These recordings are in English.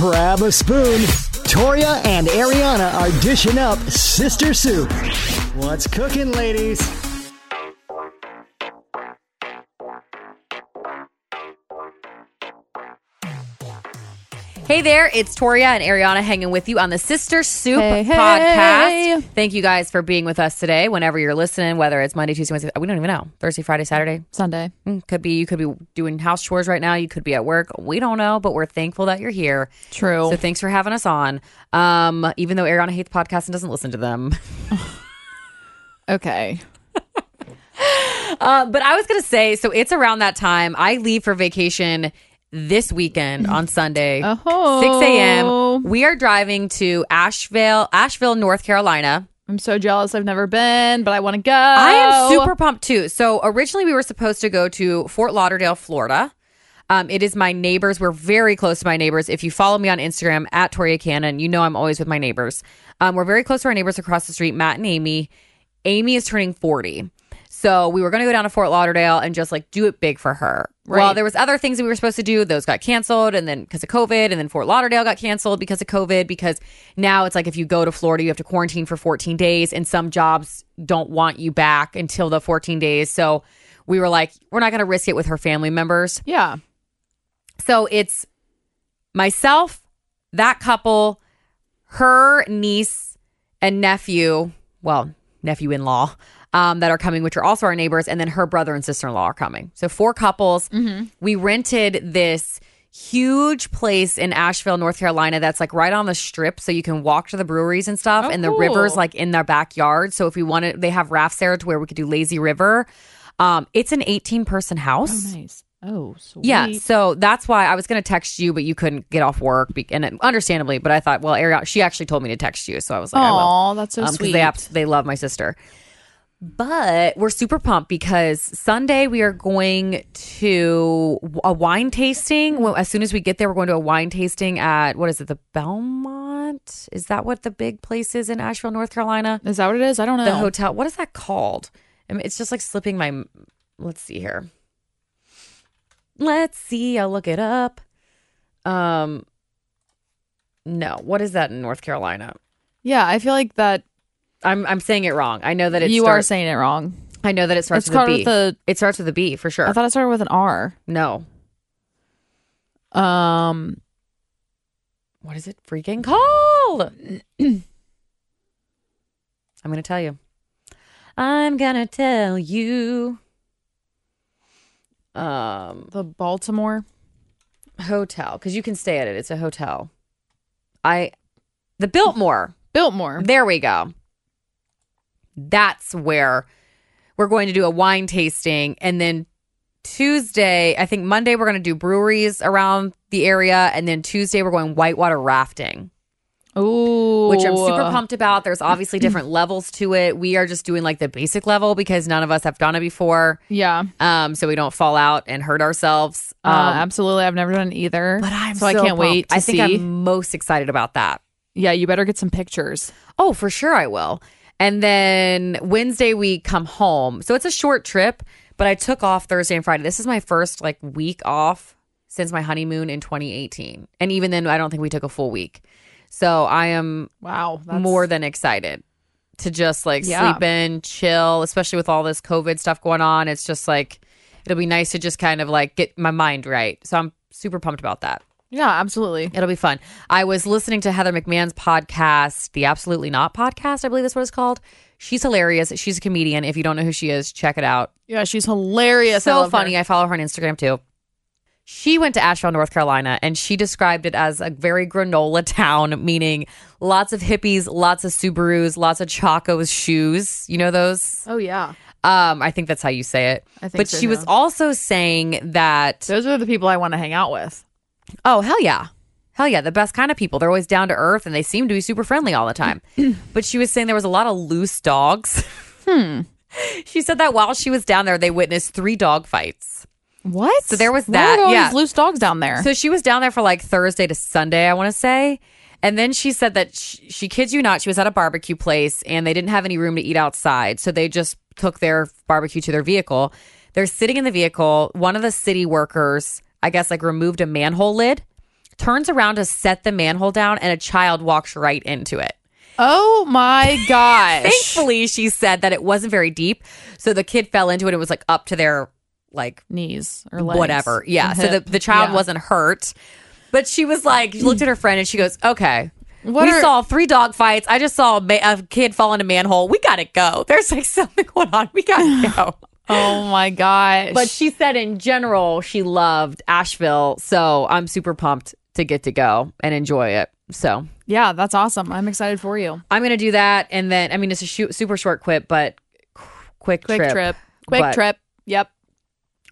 grab a spoon. Toria and Ariana are dishing up sister soup. What's cooking, ladies? Hey there, it's Toria and Ariana hanging with you on the Sister Soup Hey, hey. podcast. Thank you guys for being with us today. Whenever you're listening, whether it's Monday, Tuesday, Wednesday, we don't even know. Thursday, Friday, Saturday. Sunday. Mm, Could be you could be doing house chores right now. You could be at work. We don't know, but we're thankful that you're here. True. So thanks for having us on. Um, even though Ariana hates podcasts and doesn't listen to them. okay. Uh, but I was gonna say, so it's around that time. I leave for vacation this weekend on Sunday, Oh. six a.m. We are driving to Asheville, Asheville, North Carolina. I'm so jealous. I've never been, but I want to go. I am Oh. super pumped too. So originally we were supposed to go to Fort Lauderdale, Florida. Um, it is my neighbors. We're very close to my neighbors. If you follow me on Instagram at Toria Cannon, you know I'm always with my neighbors. Um, we're very close to our neighbors across the street, Matt and Amy. Amy is turning 40. So we were going to go down to Fort Lauderdale and just like do it big for her. Well, Right. there was other things that we were supposed to do. Those got canceled, and then because of COVID, and then Fort Lauderdale got canceled because of COVID. Because now it's like if you go to Florida, you have to quarantine for 14 days, and some jobs don't want you back until the 14 days. So we were like, we're not going to risk it with her family members. Yeah. So it's myself, that couple, her niece and nephew, well, nephew in law, um, that are coming, which are also our neighbors, and then her brother and sister in law are coming. So four couples. Mm-hmm. We rented this huge place in Asheville, North Carolina that's like right on the strip so you can walk to the breweries and stuff Oh, and the cool. rivers like in their backyard. So if we wanted they have rafts there to where we could do lazy river. Um it's an 18 person house. Oh, Nice. Oh, sweet. Yeah, so that's why I was going to text you, but you couldn't get off work, be- and it- understandably. But I thought, well, Ariana, she actually told me to text you, so I was like, I will. Aw, that's so Um, 'cause sweet. They abs- they love my sister, but we're super pumped because Sunday we are going to a wine tasting. Well, as soon as we get there, we're going to a wine tasting at what is it, the Belmont? Is that what the big place is in Asheville, North Carolina? Is that what it is? I don't know. The hotel. What is that called? I mean, it's just like slipping my. Let's see here. Let's see. I'll look it up. Um. No, what is that in North Carolina? yeah, I feel like that I'm I'm saying it wrong. I know that it you are starts, saying it wrong. I know that it starts It's with a B. called with a. it starts with a B for sure. I thought it started with an R. no. Um, What is it freaking called? I'm gonna tell you. I'm gonna tell you. Um. the Baltimore. hotel because you can stay at it. It's a hotel. I, the Biltmore. Biltmore. There we go. That's where we're going to do a wine tasting. And then Tuesday, I think Monday, we're going to do breweries around the area. And then Tuesday, we're going whitewater rafting, Ooh. which I'm super pumped about. There's obviously different levels to it. We are just doing like the basic level because none of us have done it before. Yeah. Um, so we don't fall out and hurt ourselves. Uh, absolutely. I've never done either. Um, But I'm so, I can't wait to I think see. I'm most excited about that. yeah, you better get some pictures. Oh, for sure I will. And then Wednesday we come home. So it's a short trip, but I took off Thursday and Friday. This is my first like week off since my honeymoon in 2018. And even then I don't think we took a full week. So I am Wow. That's, more than excited to just like Yeah. sleep in, chill, especially with all this COVID stuff going on. It's just like it'll be nice to just kind of like get my mind right. So I'm super pumped about that. Yeah, absolutely. It'll be fun. I was listening to Heather McMahon's podcast, the Absolutely Not podcast, I believe that's what it's called. She's hilarious. She's a comedian. If you don't know who she is, check it out. Yeah, she's hilarious. I so love her. funny. I follow her on Instagram too. She went to Asheville, North Carolina, and she described it as a very granola town, meaning lots of hippies, lots of Subarus, lots of Chacos shoes. You know those? Oh yeah. Um, I think that's how you say it. I think but so, she was yeah. also saying that Those are the people I want to hang out with. Oh, hell yeah. Hell yeah. The best kind of people. They're always down to earth and they seem to be super friendly all the time. but she was saying there was a lot of loose dogs. hmm. She said that while she was down there, they witnessed three dog fights. What? So there was Why are that, there all yeah. these loose dogs down there. So she was down there for like Thursday to Sunday, I want to say. And then she said that she, she kids you not, she was at a barbecue place and they didn't have any room to eat outside. So they just took their barbecue to their vehicle. They're sitting in the vehicle. One of the city workers, I guess, like removed a manhole lid turns around to set the manhole down, and a child walks right into it. Oh my gosh. Thankfully, she said that it wasn't very deep, so the kid fell into it. It was like up to their like Knees or legs. whatever. Yeah. and So the, hip. the child Yeah. wasn't hurt. But she was like, she looked at her friend and she goes, okay. What we are- saw three dog fights. I just saw a, ma- a kid fall in a manhole. We gotta go. There's like something going on. We gotta go. Oh my gosh. but she said in general she loved Asheville, so I'm super pumped to get to go and enjoy it. So yeah, that's awesome. I'm excited for you. I'm gonna do that, and then I mean it's a shu- super short quip, but qu- quick Quick trip. trip. Quick But- trip. Yep.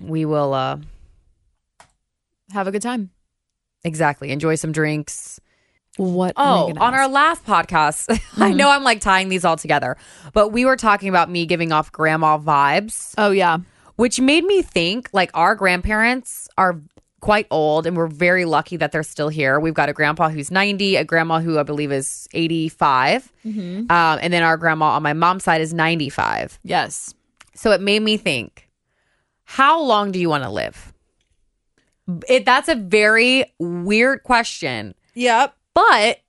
We will uh Have a good time. exactly enjoy some drinks. What? Oh, on our last podcast, I know I'm like tying these all together, but we were talking about me giving off grandma vibes, Oh yeah. which made me think like our grandparents are quite old and we're very lucky that they're still here. We've got a grandpa who's 90, a grandma who I believe is 85, um, and then our grandma on my mom's side is 95. Yes. So it made me think, how long do you want to live? It, that's a very weird question. Yep. But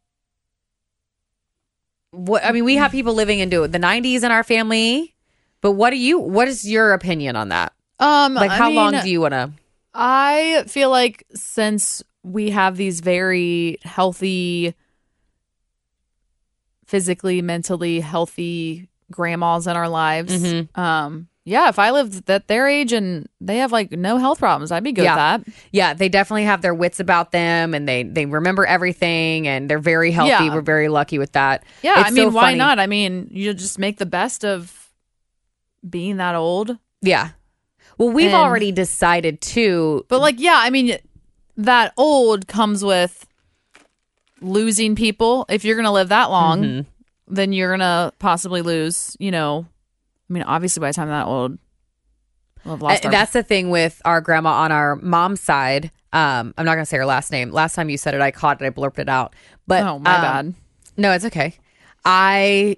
what I mean, we have people living into the '90s in our family. But what do you? What is your opinion on that? Um. Like, I how long mean, do you want to? I feel like since we have these very healthy, physically, mentally healthy grandmas in our lives, Mhm. um, yeah, if I lived at their age and they have like no health problems, I'd be good Yeah. with that. Yeah, they definitely have their wits about them, and they they remember everything, and they're very healthy. Yeah. We're very lucky with that. Yeah, It's I mean, so why funny. not? I mean, you just make the best of being that old. Yeah. Well, we've And- already decided to. But like, yeah, I mean, that old comes with losing people. If you're gonna live that long, Mm-hmm. then you're gonna possibly lose. You know, I mean, obviously, by the time that old, we'll have lost. Uh, our- that's the thing with our grandma on our mom's side. Um, I'm not gonna say her last name. Last time you said it, I caught it. I blurped it out. But oh my um, bad. No, it's okay. I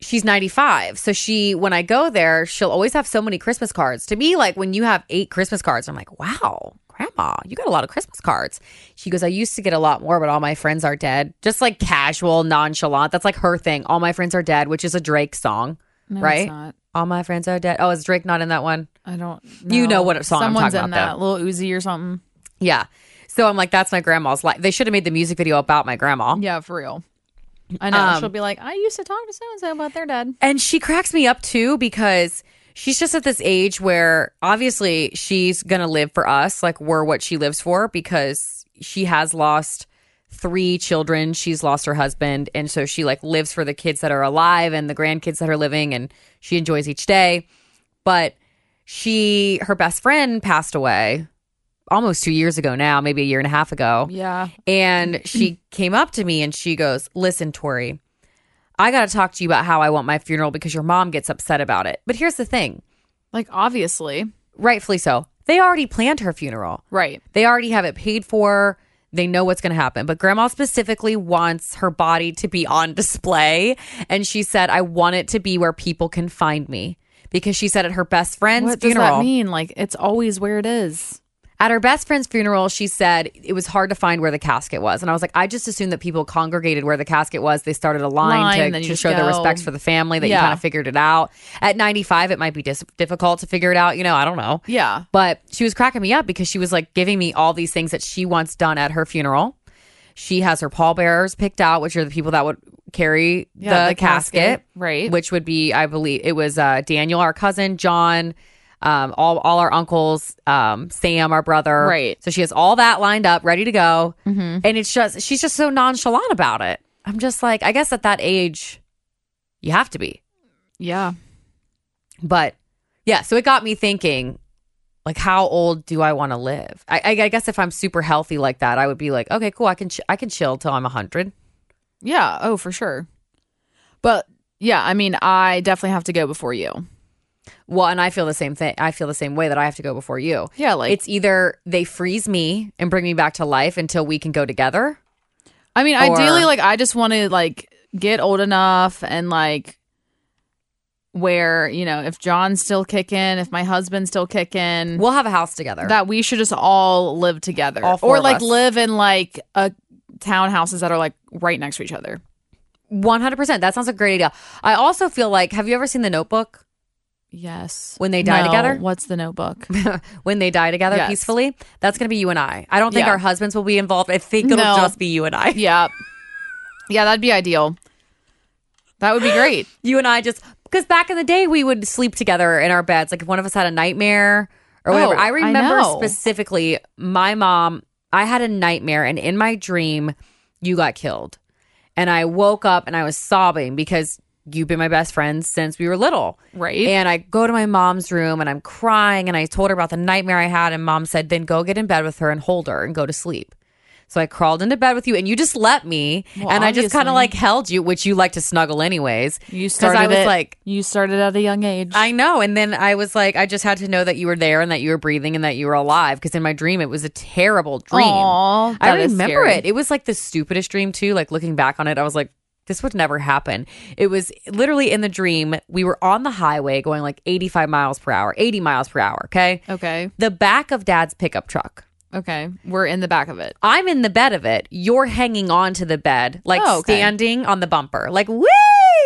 she's 95. So she when I go there, she'll always have so many Christmas cards. To me, like when you have 8 Christmas cards, I'm like, "Wow, grandma, you got a lot of Christmas cards." She goes, "I used to get a lot more, but all my friends are dead." Just like casual, nonchalant. That's like her thing. All my friends are dead, which is a Drake song, No, right? It's not. All my friends are dead. Oh, is Drake not in that one? I don't. You know know what song I'm Someone's talking in about, that little Uzi or something. Yeah. So I'm like, that's my grandma's life. They should have made the music video about my grandma. Yeah, for real. I know. Um, She'll be like, I used to talk to so and so about their dad. And she cracks me up too because she's just at this age where obviously she's going to live for us. Like we're what she lives for because she has lost three children. She's lost her husband. And so she like lives for the kids that are alive and the grandkids that are living and she enjoys each day. But she, her best friend passed away almost two years ago now, maybe a year and a half ago. Yeah. And she came up to me and she goes, Listen, Tori, I got to talk to you about how I want my funeral because your mom gets upset about it. But here's the thing Like obviously. rightfully so, they already planned her funeral, Right. they already have it paid for. They know what's going to happen. But grandma specifically wants her body to be on display. And she said, I want it to be where people can find me. Because she said at her best friend's What does funeral, that mean? Like it's always where it is. At her best friend's funeral, she said it was hard to find where the casket was. And I was like, I just assumed that people congregated where the casket was. They started a line, Line, to, then you to just show their go. respects for the family, that you Yeah. kind of figured it out. At 95, it might be dis- difficult to figure it out. You know, I don't know. Yeah. But she was cracking me up because she was like giving me all these things that she wants done at her funeral. She has her pallbearers picked out, which are the people that would carry Yeah, the, the casket, casket, right. Which would be, I believe, it was uh, Daniel, our cousin, John, um, all all our uncles, um, Sam, our brother, Right. So she has all that lined up, ready to go, and it's just she's just so nonchalant about it. I'm just like, I guess at that age, you have to be. Yeah. But yeah, so it got me thinking, like, how old do I want to live? I, I, I guess if I'm super healthy like that, I would be like, okay, cool, I can ch- I can chill till I'm hundred. Yeah. Oh, for sure. But yeah, I mean, I definitely have to go before you. Well, and I feel the same thing. I feel the same way that I have to go before you. Yeah, like it's either they freeze me and bring me back to life until we can go together. I mean, or- ideally, like I just want to like get old enough and like where you know if John's still kicking, if my husband's still kicking, We'll have a house together. that we should just all live together, All four or of like us. live in like a townhouses that are like right next to each other. One hundred percent. That sounds like a great idea. I also feel like have you ever seen The Notebook? Yes, When they die No, together? What's the notebook? when they die together Yes. peacefully, that's going to be you and I. I don't think Yeah. our husbands will be involved. I think it'll No. just be you and I. yeah, yeah, that'd be ideal. That would be great. You and I just because back in the day we would sleep together in our beds. Like if one of us had a nightmare or whatever. Oh, I I remember know. specifically my mom. I had a nightmare, and in my dream, you got killed, and I woke up and I was sobbing because you've been my best friend since we were little. Right. And I go to my mom's room and I'm crying and I told her about the nightmare I had and mom said, "Then go get in bed with her and hold her and go to sleep." So I crawled into bed with you and you just let me Well, and I just kind of obviously. like held you, which you like to snuggle anyways. You 'Cause started I was it- like you started at a young age. I know. And then I was like, I just had to know that you were there and that you were breathing and that you were alive. Because in my dream, it was a terrible dream. Aw, I that is remember scary. it. It was like the stupidest dream, too. Like looking back on it, I was like, this would never happen. It was literally in the dream. We were on the highway going like 85 miles per hour, 80 miles per hour. Okay. okay, The back of dad's pickup truck. okay, we're in the back of it. I'm in the bed of it. You're hanging on to the bed, like Oh, okay. standing on the bumper, like, whee!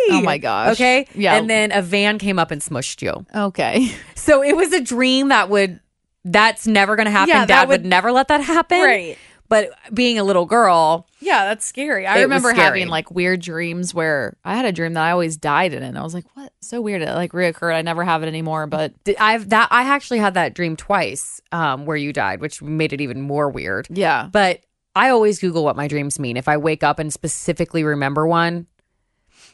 Oh my gosh. Okay. Yeah. And then a van came up and smushed you. Okay, So it was a dream that would that's never going to happen. Yeah, that Dad would, would- never let that happen. Right. But being a little girl, yeah, that's scary. It I was remember scary. having like weird dreams where I had a dream that I always died in, it, and I was like, "What? So weird!" It like reoccurred. I never have it anymore, but th- I've that I actually had that dream twice um, where you died, which made it even more weird. yeah, But I always Google what my dreams mean if I wake up and specifically remember one,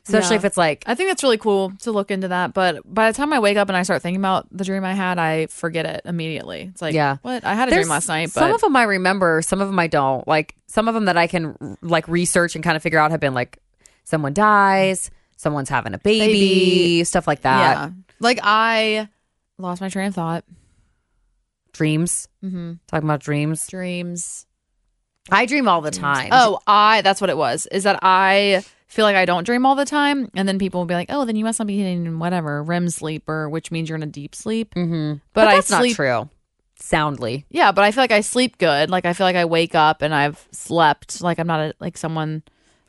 especially Yeah. if it's like I think that's really cool to look into that. But by the time I wake up and I start thinking about the dream I had, I forget it immediately. It's like, Yeah. what? I had a There's dream last night, but some of them I remember, some of them I don't. Like some of them that I can like research and kind of figure out have been like someone dies, someone's having a baby, Baby. stuff like that. yeah, like I lost my train of thought. Dreams, hmm talking about dreams. Dreams. I dream all the time. Oh, I. That's what it was. Is that I feel like I don't dream all the time, and then people will be like, "Oh, then you must not be getting whatever REM sleep, or which means you're in a deep sleep." mm-hmm. but, But, I that's sleep. not true. Soundly, Yeah, but I feel like I sleep good. Like I feel like I wake up and I've slept. Like I'm not a, like someone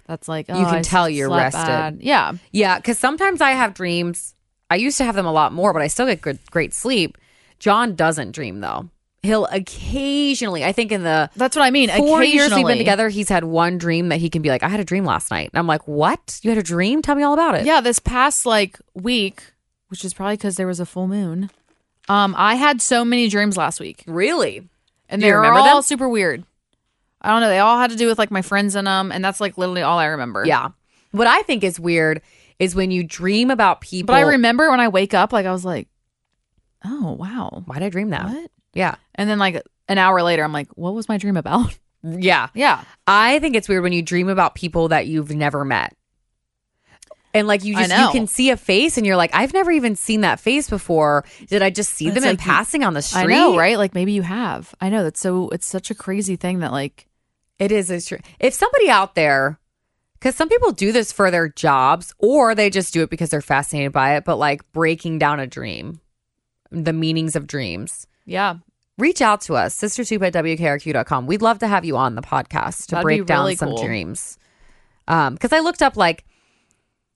that's like oh, You can I tell you're slept rested. bad. Yeah, yeah. Because sometimes I have dreams. I used to have them a lot more, but I still get good, great sleep. John doesn't dream though. He'll occasionally. I think in the that's what I mean. four years we've been Occasionally. together, he's had one dream that he can be like, "I had a dream last night," and I'm like, "What? You had a dream? Tell me all about it." Yeah, this past like week, which is probably because there was a full moon. Um, I had so many dreams last week, really. and Do you they were remember all them? super weird. I don't know. They all had to do with like my friends in them, and that's like literally all I remember. Yeah. What I think is weird is when you dream about people. but I remember when I wake up, like I was like, oh wow, Why did I dream that? what? Yeah. And then like an hour later, I'm like, what was my dream about? Yeah. yeah. I think it's weird when you dream about people that you've never met. And like you I just know. you can see a face and you're like, I've never even seen that face before. Did I just see It's them in like you- passing on the street? I know, right? Like maybe you have. I know that's so. It's such a crazy thing that like It is it's true. If somebody out there because some people do this for their jobs or they just do it because they're fascinated by it, but like breaking down a dream, the meanings of dreams. yeah, Reach out to us, sistersoup at wkrq.com. We'd love to have you on the podcast to That'd be break down really some cool. dreams. Um, because I looked up like,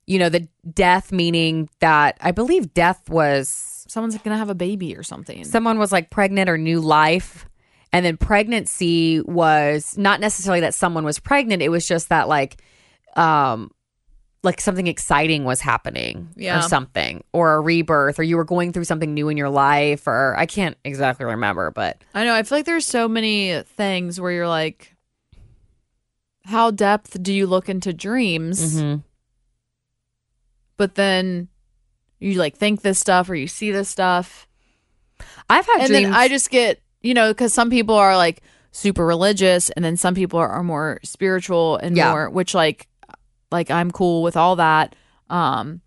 you know, the death meaning that I believe death was someone's gonna have a baby or something. someone was like pregnant or new life. And then pregnancy was not necessarily that someone was pregnant, it was just that like um like something exciting was happening Yeah. or something or a rebirth or you were going through something new in your life or I can't exactly remember, but I know. I feel like there's so many things where you're like, how depth do you look into dreams? Mm-hmm. But then you like think this stuff or you see this stuff. I've had And dreams. then I just get, you know, because some people are like super religious and then some people are, are more spiritual and Yeah. more, which like, like I'm cool with all that. Um,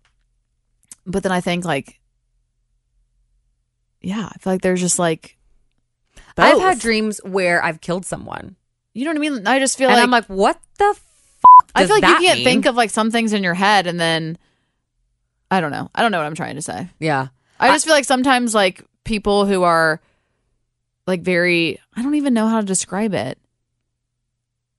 but then I think like, yeah, I feel like there's just like, I've had both. dreams where I've killed someone, you know what I mean? I just feel and like I'm like, what the? F- I does feel like that you can't mean? think of like some things in your head and then I don't know. I don't know what I'm trying to say. Yeah. I just feel like sometimes like people who are like very I don't even know how to describe it.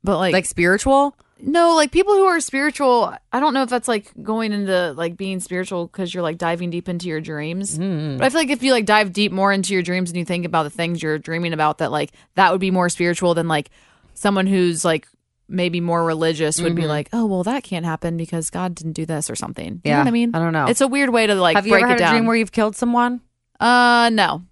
But like, Like spiritual? no, like people who are spiritual, I don't know if that's like going into like being spiritual cuz you're like diving deep into your dreams. Mm-hmm. But I feel like if you like dive deep more into your dreams and you think about the things you're dreaming about that like that would be more spiritual than like someone who's like maybe more religious Mm-hmm. would be like, "Oh, well that can't happen because God didn't do this or something." You Yeah. know what I mean? I don't know. It's a weird way to like Have you break ever had it down. a dream where you've killed someone? uh no.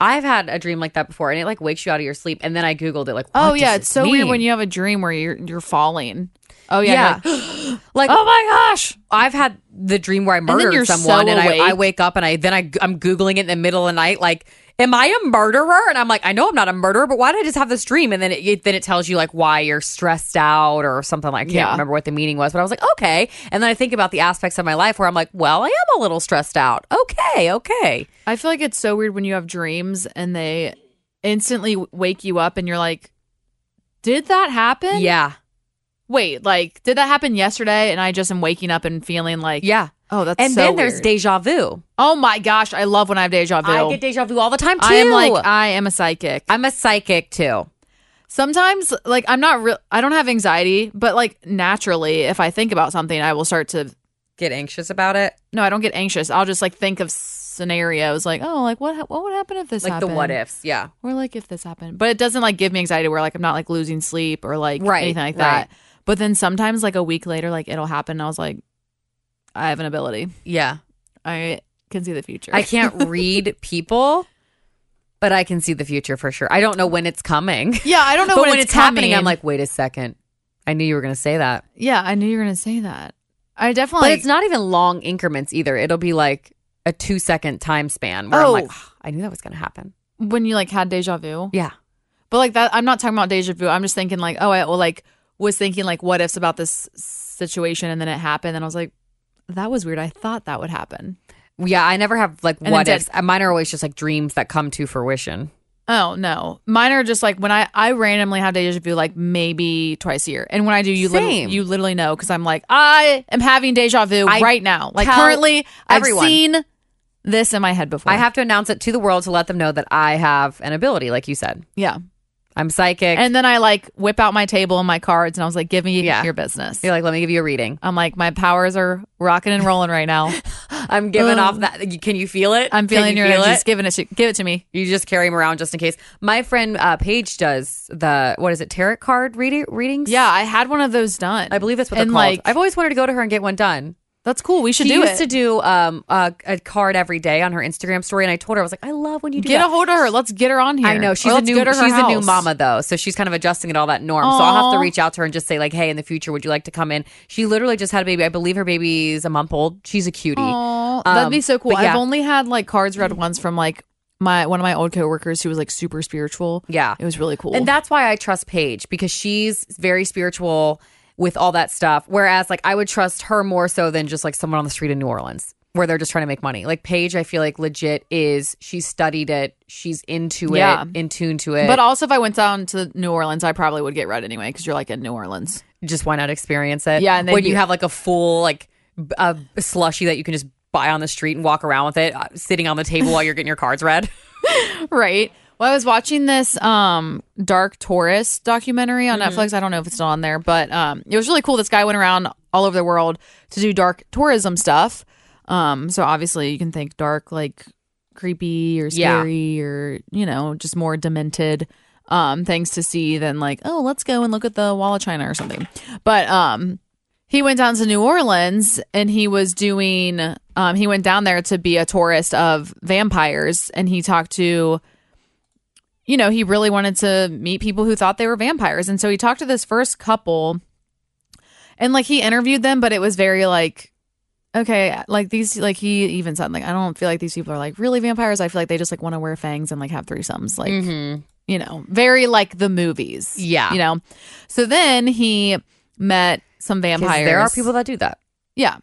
I've had a dream like that before and it like wakes you out of your sleep and then I googled it like Oh what does yeah, this it's so weird mean? when you have a dream where you're you're falling. Oh yeah, Yeah. you're like, like oh my gosh. I've had the dream where I then murdered you're someone so and I, I awake. wake up and I then I I'm googling it in the middle of the night like am I a murderer and I'm like I know I'm not a murderer but why did I just have this dream and then it, it then it tells you like why you're stressed out or something I can't Yeah. remember what the meaning was but I was like okay and then I think about the aspects of my life where I'm like well I am a little stressed out okay okay I feel like it's so weird when you have dreams and they instantly wake you up and you're like, did that happen? yeah Wait, like, did that happen yesterday? And I just am waking up and feeling like, yeah Oh, that's and so then there's weird. deja vu Oh my gosh, I love when I have deja vu. I get deja vu all the time too I am like, I am a psychic. I'm a psychic too sometimes like i'm not real i don't have anxiety but like naturally if i think about something i will start to get anxious about it no i don't get anxious i'll just like think of scenarios like oh like what ha- what would happen if this like happened the what ifs yeah or like if this happened but it doesn't like give me anxiety where like i'm not like losing sleep or like Right, anything like right. that but then sometimes like a week later like it'll happen and i was like i have an ability yeah i can see the future I can't read people, but I can see the future for sure. I don't know when it's coming. yeah i don't know but when it's, happening, coming. I'm like, wait a second. I knew you were going to say that. yeah i knew you were gonna say that i definitely But it's not even long increments either. It'll be like a two second time span where I'm like, Oh. "Ah, I knew that was going to happen. when you like had deja vu Yeah. But like that, I'm not talking about deja vu. I'm just thinking like, oh, I well, like was thinking like what ifs about this situation, and then it happened, and I was like, that was weird. I thought that would happen. Yeah. I never have like then what dead. ifs. Mine are always just like dreams that come to fruition. Oh no, mine are just like when I I randomly have deja vu like maybe twice a year, and when I do, you Same. literally, you literally know because I'm like I am having deja vu I right now, like tell currently. everyone. I've seen this in my head before. I have to announce it to the world to let them know that I have an ability, like you said. yeah, I'm psychic. and then I like whip out my table and my cards, and I was like, give me Yeah. your business. you're like, let me give you a reading. I'm like, my powers are rocking and rolling right now. I'm giving off that. Can you feel it? I'm Can feeling you your feel energy. it? Just give it, to, give it to me. You just carry them around just in case. My friend uh, Paige does the what is it tarot card reading readings? Yeah, I had one of those done. I believe that's what and they're like, called. I've always wanted to go to her and get one done. that's cool. We should She do used it. to do um, a, a card every day on her Instagram story, and I told her I was like, I love when you do get that. a hold of her. Let's get her on here. I know Or she's a let's new go to her she's a new house. mama though, so she's kind of adjusting to all that norm. So I'll have to Aw. reach out to her and just say like, hey, in the future, would you like to come in? She literally just had a baby. I believe her baby's a month old. She's a cutie. Aw, Um, that'd be so cool. but yeah. I've only had like cards read once from like my one of my old coworkers who was like super spiritual. Yeah. it was really cool. And that's why I trust Paige because she's very spiritual with all that stuff. Whereas, like, I would trust her more so than just like someone on the street in New Orleans where they're just trying to make money. Like, Paige, I feel like legit is she studied it, she's into it, Yeah. in tune to it. but But also, if I went down to New Orleans, I probably would get read anyway because you're like in New Orleans. just why not experience it? Yeah, and then when you, you- have like a full, like, b- a slushy that you can just buy on the street and walk around with it, uh, sitting on the table while you're getting your cards read. Right. Well, I was watching this um Dark Taurus documentary on Netflix. I don't know if it's still on there, but um it was really cool. This guy went around all over the world to do dark tourism stuff. Um so obviously you can think dark like creepy or Yeah. scary or you know, just more demented um things to see than like, oh, let's go and look at the Wall of China or something. But um he went down to New Orleans and he was doing um he went down there to be a tourist of vampires and he talked to you know, he really wanted to meet people who thought they were vampires. And so he talked to this first couple and like he interviewed them, but it was very like okay, like these like he even said like I don't feel like these people are like really vampires. I feel like they just like want to wear fangs and like have threesomes like you know, very like the movies. Mm-hmm. Yeah. You know. So then he met some 'Cause vampires. There are people that do that. Yeah.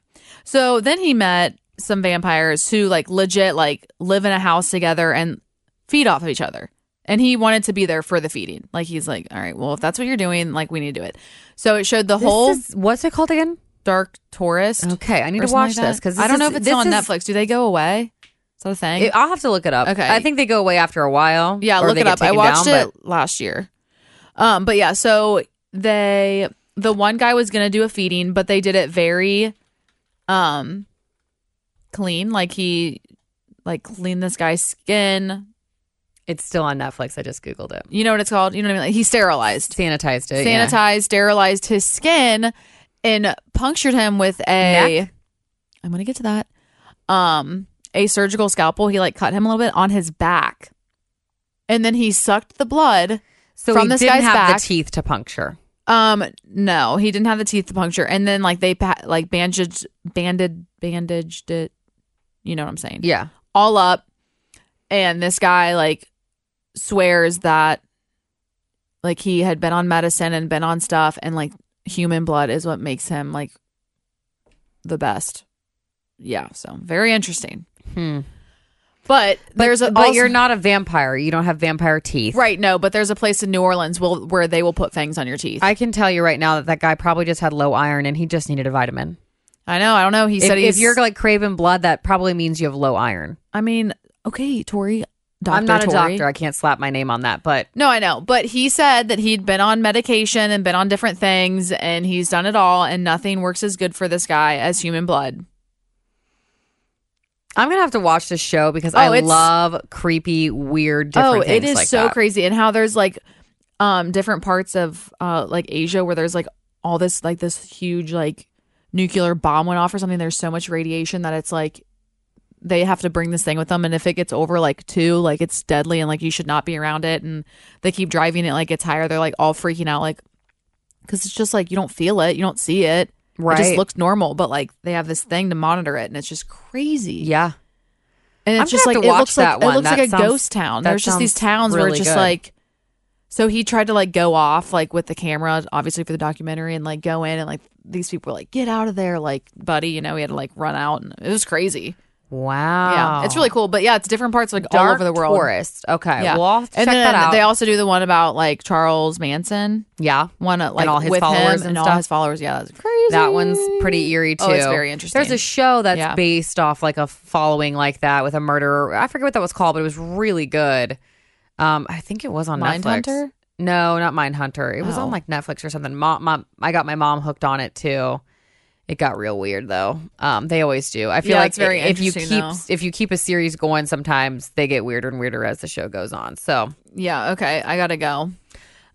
So then he met some vampires who like legit like live in a house together and feed off of each other. And he wanted to be there for the feeding. Like he's like, all right, well, if that's what you're doing, like we need to do it. So it showed the whole This is, what's it called again? Dark Tourist. Okay, I need or to something watch like this that. because I don't know if it's still on is, Netflix. Do they go away? Is that a thing? It, I'll have to look it up. Okay. I think they go away after a while. yeah, or look they it get up. I taken watched down, it last year. Um, but yeah, so they the one guy was gonna do a feeding, but they did it very, um, clean. Like he, like cleaned this guy's skin. but It's still on Netflix. I just googled it. You know what it's called? You know what I mean? Like he sterilized, Sanitized it. Uh, yeah. sanitized, sterilized his skin, and punctured him with a. am gonna get to that. Um, a surgical scalpel. He like cut him a little bit on his back, and then he sucked the blood. So from we this didn't guy's have back. the teeth to puncture. Um, no, he didn't have the teeth puncture, and then like they pa- like bandaged, banded, bandaged it. You know what I'm saying? Yeah. All up, and this guy like swears that like he had been on medicine and been on stuff, and like human blood is what makes him like the best. Yeah, so very interesting. Hmm. But, there's a but also- you're not a vampire. You don't have vampire teeth. right. No, but there's a place in New Orleans will, where they will put fangs on your teeth. I, I can tell you right now that that guy probably just had low iron and he just needed a vitamin. know. I don't know. He if, said if he's, you're like craving blood, that probably means you have low iron. I mean, okay, Tori. Doctor, I'm not a Tori. doctor. I can't slap my name on that, but No, I know. But he said that he'd been on medication and been on different things and he's done it all and nothing works as good for this guy as human blood. I'm gonna have to watch this show because I Oh, it's- love creepy, weird, different oh, it things is like so that. crazy. And how there's like um different parts of uh like Asia where there's like all this like this huge like nuclear bomb went off or something. There's so much radiation that it's like they have to bring this thing with them and if it gets over like two like it's deadly and like you should not be around it and they keep driving it like it's higher they're like all freaking out like because it's just like you don't feel it you don't see it it just Right. looks normal but like they have this thing to monitor it and it's just crazy Yeah, and I'm it's just gonna have like it to watch looks like that one. it looks That like a sounds- ghost town. that There's just these sounds towns where really it's just good. like. So he tried to like go off like with the camera, obviously for the documentary, and like go in and like these people were like, "Get out of there, like buddy!" You know, he had to like run out, and it was crazy. wow. Yeah, it's really cool, but yeah, it's different parts like all Oh. Dark over the world. Tourist. Okay, Yeah, well, I'll have to and check then that out. they also do the one about like Charles Manson, yeah, one uh, like all his with followers and him and all stuff? his followers. Yeah, that's crazy. that one's pretty eerie too. Oh, it's very interesting. There's a show that's Yeah. based off like a following like that with a murderer. I forget what that was called, but it was really good. Um, I think it was on Netflix. Mindhunter? No, not Mindhunter. It was Oh. on like Netflix or something. Mom, mom, I got my mom hooked on it too. It got real weird though. Um, they always do. I feel Yeah, like it's very i- if you keep interesting, though. if you keep a series going, sometimes they get weirder and weirder as the show goes on. So yeah. Okay, I gotta go.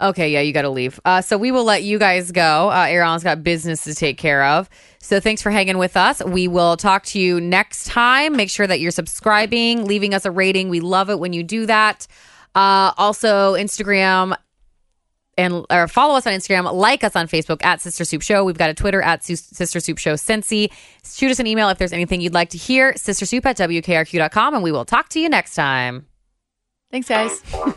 Okay, yeah, you got to leave. Uh, so we will let you guys go. Uh, Aaron's got business to take care of. So thanks for hanging with us. We will talk to you next time. Make sure that you're subscribing, leaving us a rating. We love it when you do that. Uh, also, Instagram and or follow us on Instagram, like us on Facebook at Sister Soup Show. We've got a Twitter at Su- Sister Soup Show Cincy. Shoot us an email if there's anything you'd like to hear, sistersoup at wkrq.com, and we will talk to you next time. Thanks, guys.